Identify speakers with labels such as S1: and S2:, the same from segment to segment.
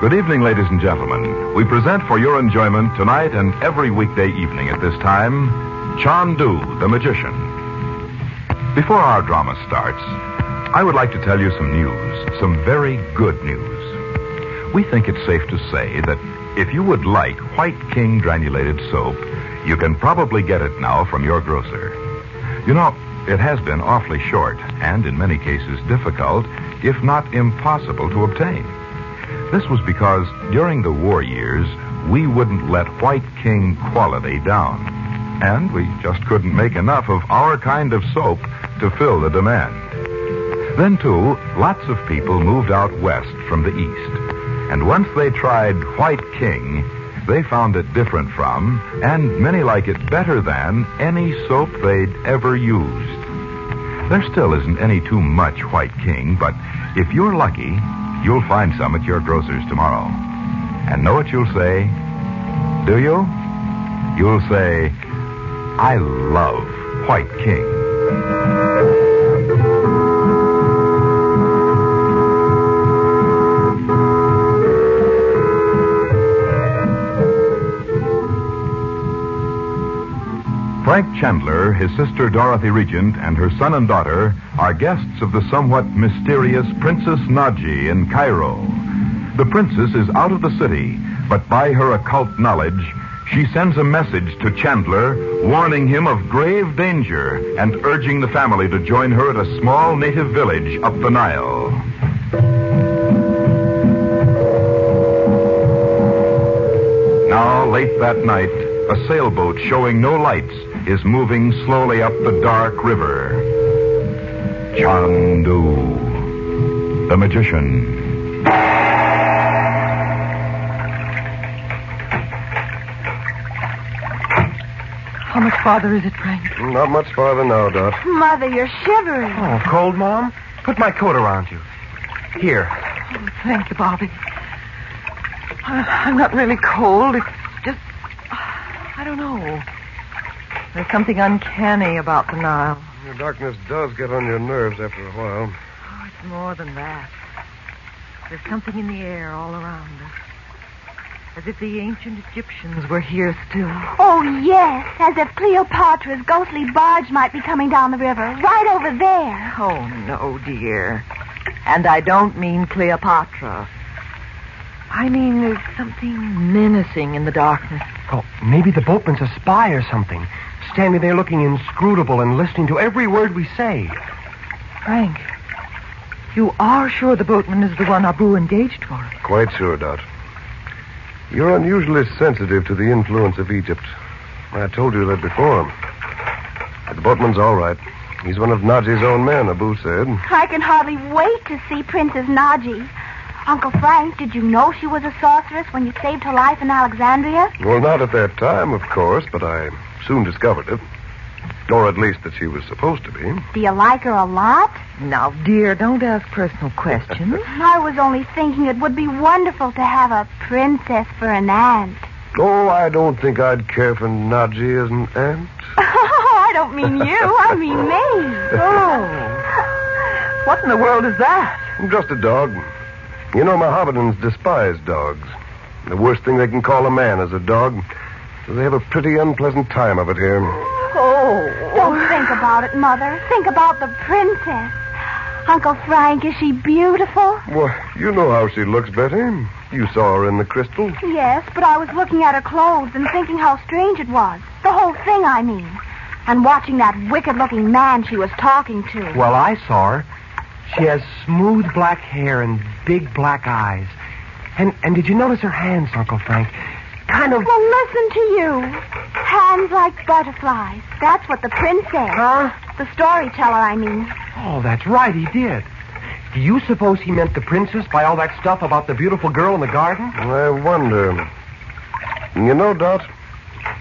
S1: Good evening, ladies and gentlemen. We present for your enjoyment tonight and every weekday evening at this time Chandu, the magician. Before our drama starts, I would like to tell you some news, some very good news we think it's safe to say that if you would like White King granulated soap, you can probably get it now from your grocer. You know, it has been awfully short and in many cases difficult, if not impossible, to obtain. This was because during the war years, we wouldn't let White King quality down. And we just couldn't make enough of our kind of soap to fill the demand. Then, too, lots of people moved out west from the east. And once they tried White King, they found it different from, and many like it better than, any soap they'd ever used. There still isn't any too much White King, but if you're lucky, you'll find some at your grocer's tomorrow. And know what you'll say? Do you? You'll say, I love White King. Frank Chandler, his sister Dorothy Regent, and her son and daughter are guests of the somewhat mysterious Princess Naji in Cairo. The princess is out of the city, but by her occult knowledge, she sends a message to Chandler warning him of grave danger and urging the family to join her at a small native village up the Nile. Now, late that night, a sailboat showing no lights is moving slowly up the dark river. Chandu, the magician.
S2: How much farther is it, Frank?
S3: Not much farther now, Dot.
S4: Mother, you're shivering.
S5: Oh, cold, Mom? Put my coat around you. Here.
S2: Oh, Thank you, Bobby. I, I'm not really cold. It's just. I don't know. There's something uncanny about the Nile.
S3: The darkness does get on your nerves after a while.
S2: Oh, it's more than that. There's something in the air all around us. As if the ancient Egyptians were here still.
S4: Oh, yes, as if Cleopatra's ghostly barge might be coming down the river, right over there.
S2: Oh, no, dear. And I don't mean Cleopatra. I mean, there's something menacing in the darkness.
S5: Oh, maybe the boatman's a spy or something. Standing there looking inscrutable and listening to every word we say.
S2: Frank, you are sure the boatman is the one Abu engaged for?
S3: Quite sure, Dot. You're unusually sensitive to the influence of Egypt. I told you that before. But the boatman's all right. He's one of Naji's own men, Abu said.
S4: I can hardly wait to see Princess Naji. Uncle Frank, did you know she was a sorceress when you saved her life in Alexandria?
S3: Well, not at that time, of course, but I soon discovered it. Or at least that she was supposed to be.
S4: Do you like her a lot?
S2: Now, dear, don't ask personal questions.
S4: I was only thinking it would be wonderful to have a princess for an aunt.
S3: Oh, I don't think I'd care for Naji as an aunt.
S4: Oh, I don't mean you, I mean me.
S2: oh. What in the world is that?
S3: I'm just a dog. You know, Mohammedans despise dogs. The worst thing they can call a man is a dog. They have a pretty unpleasant time of it here.
S2: Oh.
S4: Don't think about it, Mother. Think about the princess. Uncle Frank, is she beautiful?
S3: Well, you know how she looks, Betty. You saw her in the crystal.
S4: Yes, but I was looking at her clothes and thinking how strange it was. The whole thing, I mean. And watching that wicked looking man she was talking to.
S5: Well, I saw her. She has smooth black hair and big black eyes. And and did you notice her hands, Uncle Frank? kind of.
S4: Well, listen to you. Hands like butterflies. That's what the prince said.
S5: Huh?
S4: The storyteller, I mean.
S5: Oh, that's right, he did. Do you suppose he meant the princess by all that stuff about the beautiful girl in the garden?
S3: I wonder. You know, Dot,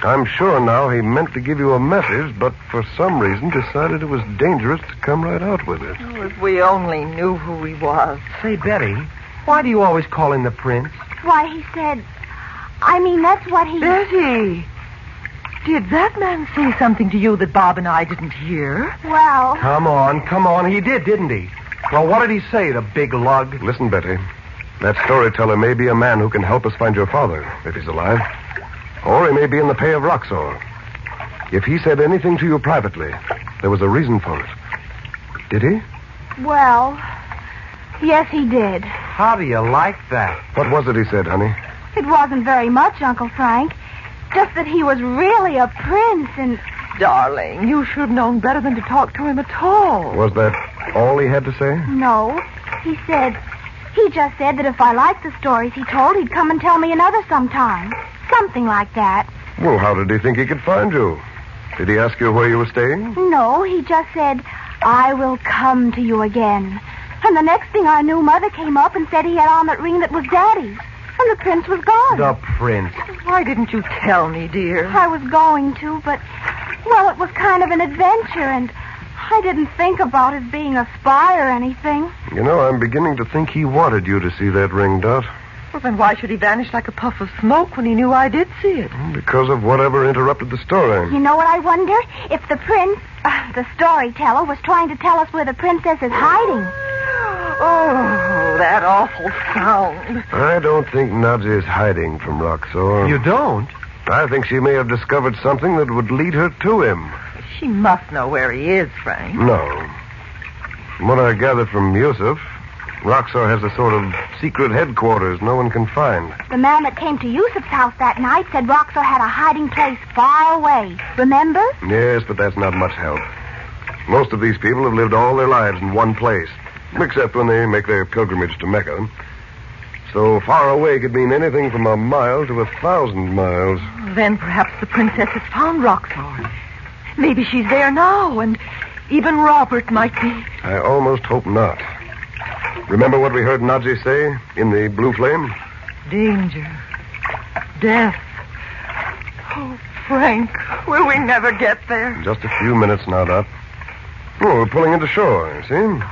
S3: I'm sure now he meant to give you a message, but for some reason decided it was dangerous to come right out with it.
S2: Oh, if we only knew who he was.
S5: Say, Betty, why do you always call him the prince?
S4: Why, he said. I mean, that's what he.
S2: Betty, did that man say something to you that Bob and I didn't hear?
S4: Well,
S5: Come on, come on. He did, didn't he? Well, what did he say, the big lug?
S3: Listen, Betty. That storyteller may be a man who can help us find your father, if he's alive. Or he may be in the pay of Roxor. If he said anything to you privately, there was a reason for it. Did he?
S4: well. Yes, he did.
S5: How do you like that?
S3: What was it he said, honey?
S4: It wasn't very much, Uncle Frank. Just that he was really a prince and.
S2: Darling, you should have known better than to talk to him at all.
S3: Was that all he had to say?
S4: No. He said. He just said that if I liked the stories he told, he'd come and tell me another sometime. Something like that.
S3: Well, how did he think he could find you? Did he ask you where you were staying?
S4: No, he just said, I will come to you again. And the next thing I knew, Mother came up and said he had on that ring that was Daddy's. And the prince was gone.
S5: The prince.
S2: Why didn't you tell me, dear?
S4: I was going to, but, well, it was kind of an adventure, and I didn't think about his being a spy or anything.
S3: You know, I'm beginning to think he wanted you to see that ring, Dot,
S2: Well, then why should he vanish like a puff of smoke when he knew I did see it?
S3: because of whatever interrupted the story.
S4: You know what I wonder? If the prince, uh, the storyteller, was trying to tell us where the princess is hiding.
S2: Oh, that awful sound.
S3: I don't think Nadia is hiding from Roxor.
S5: You don't?
S3: I think she may have discovered something that would lead her to him.
S2: She must know where he is, Frank.
S3: No. From what I gathered from Yusuf, Roxor has a sort of secret headquarters no one can find.
S4: The man that came to Yusuf's house that night said Roxor had a hiding place far away. Remember?
S3: Yes, but that's not much help. Most of these people have lived all their lives in one place, except when they make their pilgrimage to Mecca. So far away could mean anything from a mile to a thousand miles.
S2: Then perhaps the princess has found Roxor. Maybe she's there now, and even Robert might be.
S3: I almost hope not. Remember what we heard Naji say in the blue flame?
S2: Danger. Death. Oh, Frank, will we never get there?
S3: Just a few minutes now, Dot. Oh, we're pulling into shore, you see?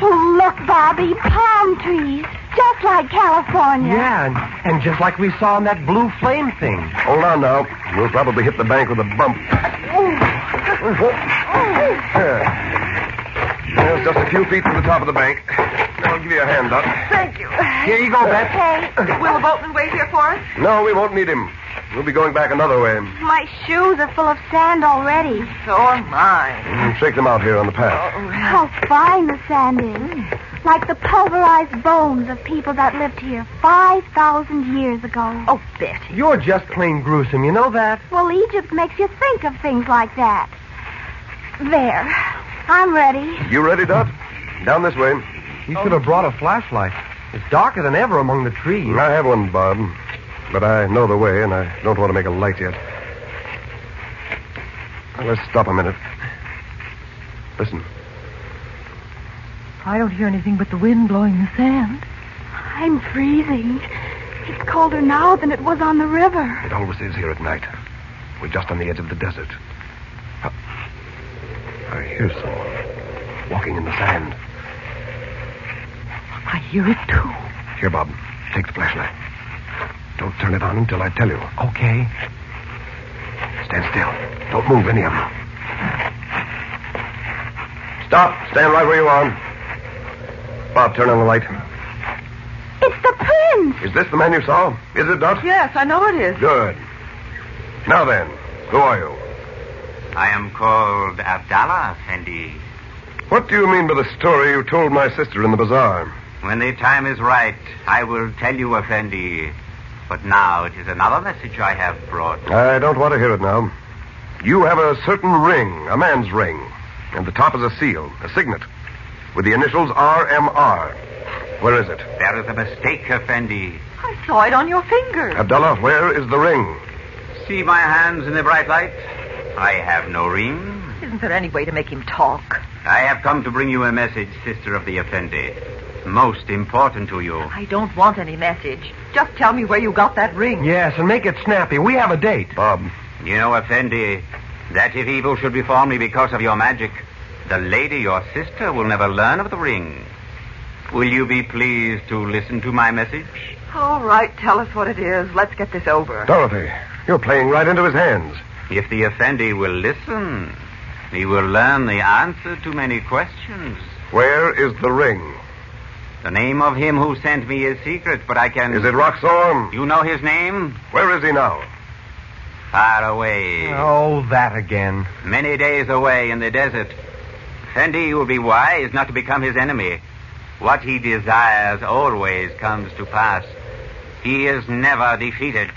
S4: Oh, look, Bobby, palm trees, just like California.
S5: Yeah, and, and just like we saw in that blue flame thing.
S3: Hold on now. We'll probably hit the bank with a bump. There. There's just a few feet from the top of the bank. I'll give you a hand, Dot.
S2: Thank you.
S5: Here you go, Bet.
S2: Will the boatman wait here for us?
S3: No, we won't need him. We'll be going back another way.
S4: My shoes are full of sand already.
S2: So am I.
S3: We'll shake them out here on the path.
S4: How fine the sand is. Like the pulverized bones of people that lived here 5,000 years ago.
S2: Oh, Betty.
S5: You're just plain gruesome, you know that?
S4: Well, Egypt makes you think of things like that. There. I'm ready.
S3: You ready, Dot? Down this way.
S5: You should have brought a flashlight. It's darker than ever among the trees.
S3: I have one, Bob. But I know the way, and I don't want to make a light yet. Now, let's stop a minute. Listen.
S2: I don't hear anything but the wind blowing the sand.
S4: I'm freezing. It's colder now than it was on the river.
S3: It always is here at night. We're just on the edge of the desert. Huh. I hear someone walking in the sand.
S2: I hear it too.
S3: Here, Bob. Take the flashlight. Don't turn it on until I tell you.
S5: Okay.
S3: Stand still. Don't move any of you. Stop. Stand right where you are. Bob, turn on the light.
S4: It's the prince!
S3: Is this the man you saw? Is it, Dot?
S2: Yes, I know it is.
S3: Good. Now then, who are you?
S6: I am called Abdallah, Effendi.
S3: What do you mean by the story you told my sister in the bazaar?
S6: When the time is right, I will tell you, Effendi. But now it is another message I have brought.
S3: I don't want to hear it now. You have a certain ring, a man's ring, and the top is a seal, a signet, with the initials RMR. Where is it?
S6: There is a mistake, Effendi.
S2: I saw it on your finger.
S3: Abdullah, where is the ring?
S6: See my hands in the bright light? I have no ring.
S2: Isn't there any way to make him talk?
S6: I have come to bring you a message, sister of the Effendi. Most important to you.
S2: I don't want any message. Just tell me where you got that ring.
S5: Yes, and make it snappy. We have a date.
S3: Bob,
S6: You know, Effendi, that if evil should befall me because of your magic, the lady, your sister, will never learn of the ring. Will you be pleased to listen to my message?
S2: All right, tell us what it is. Let's get this over.
S3: Dorothy, you're playing right into his hands.
S6: If the Effendi will listen, he will learn the answer to many questions.
S3: Where is the ring?
S6: The name of him who sent me is secret, but I can.
S3: Is it Roxorn?
S6: You know his name?
S3: Where is he now?
S6: Far away.
S5: Oh, that again.
S6: Many days away in the desert. Fendi, you will be wise not to become his enemy. What he desires always comes to pass. He is never defeated.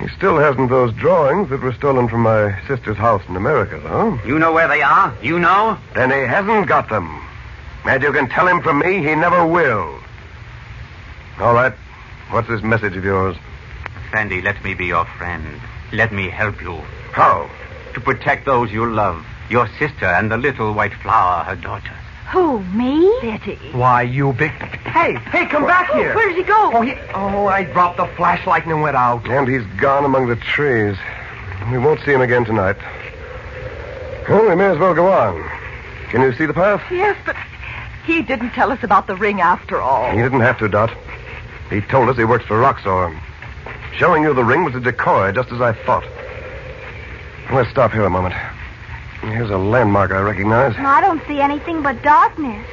S3: He still hasn't those drawings that were stolen from my sister's house in America, though.
S6: You know where they are? You know?
S3: Then he hasn't got them. And you can tell him from me he never will. All right. What's this message of yours?
S6: Fendi, let me be your friend. Let me help you.
S3: How?
S6: To protect those you love, your sister and the little white flower, her daughter.
S4: Who, me?
S2: Betty.
S5: Why, you big. Hey, hey, come back here.
S2: Where did he go?
S5: Oh, he... oh, I dropped the flashlight and it went out.
S3: And he's gone among the trees. We won't see him again tonight. Well, we may as well go on. Can you see the path?
S2: Yes, but he didn't tell us about the ring after all.
S3: He didn't have to, Dot. He told us he works for Roxor. Showing you the ring was a decoy, just as I thought. Let's stop here a moment. Here's a landmark I recognize.
S4: And I don't see anything but darkness.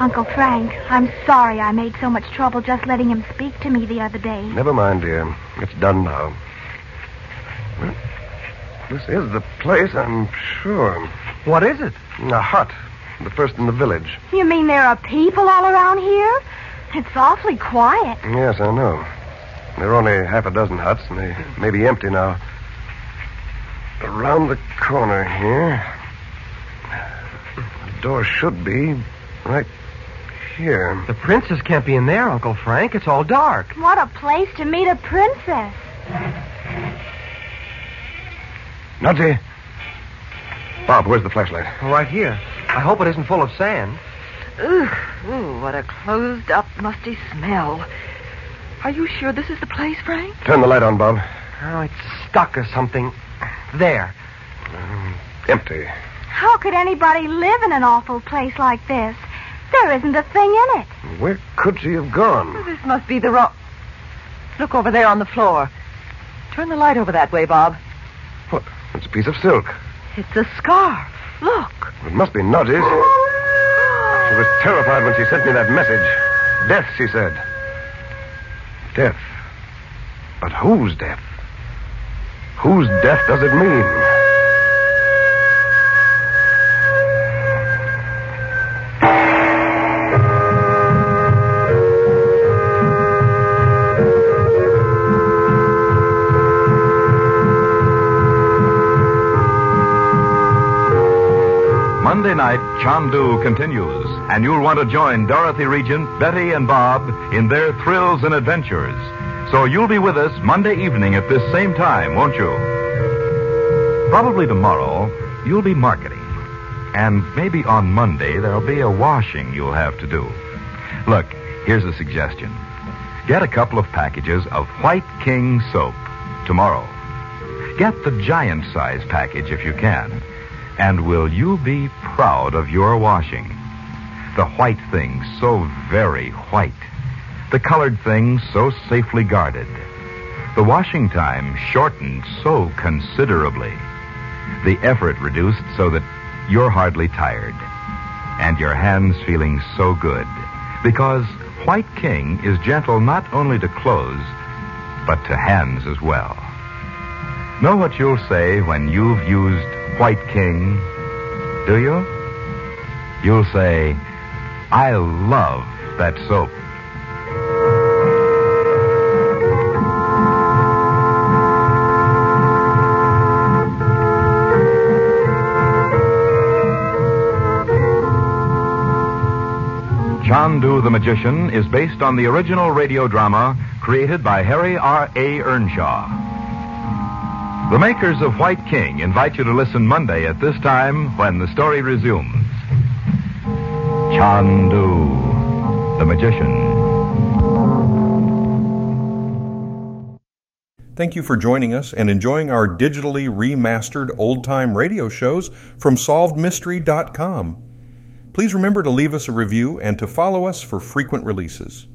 S4: Uncle Frank, I'm sorry I made so much trouble just letting him speak to me the other day.
S3: Never mind, dear. It's done now. Well, This is the place, I'm sure.
S5: What is it?
S3: A hut. The first in the village.
S4: You mean there are people all around here? It's awfully quiet.
S3: Yes, I know. There are only half a dozen huts, and they may be empty now. Around the corner here. The door should be right here.
S5: The princess can't be in there, Uncle Frank. It's all dark.
S4: What a place to meet a princess.
S3: Nutty. Bob, where's the flashlight?
S5: Right here. I hope it isn't full of sand.
S2: Ooh, ooh, what a closed up, musty smell. Are you sure this is the place, Frank?
S3: Turn the light on, Bob.
S5: Oh, it's stuck or something. There.
S3: Um, Empty.
S4: How could anybody live in an awful place like this? There isn't a thing in it.
S3: Where could she have gone?
S2: This must be the wrong. Look over there on the floor. Turn the light over that way, Bob.
S3: What? It's a piece of silk.
S2: It's a scarf. Look.
S3: It must be Noddy's. She was terrified when she sent me that message. Death, she said. Death. But whose death? Whose death does it mean?
S1: Monday night, Chandu continues, and you'll want to join Dorothy Regent, Betty, and Bob in their thrills and adventures. So you'll be with us Monday evening at this same time, won't you? Probably tomorrow, you'll be marketing. And maybe on Monday, there'll be a washing you'll have to do. Look, here's a suggestion get a couple of packages of White King soap tomorrow. Get the giant size package if you can. And will you be proud of your washing? The white thing so very white. The colored thing so safely guarded. The washing time shortened so considerably. The effort reduced so that you're hardly tired. And your hands feeling so good. Because White King is gentle not only to clothes, but to hands as well. Know what you'll say when you've used White King, do you? You'll say, I love that soap. Chandu the Magician is based on the original radio drama created by Harry R. A. Earnshaw. The makers of White King invite you to listen Monday at this time when the story resumes. Chandu the Magician.
S7: Thank you for joining us and enjoying our digitally remastered old time radio shows from SolvedMystery.com. Please remember to leave us a review and to follow us for frequent releases.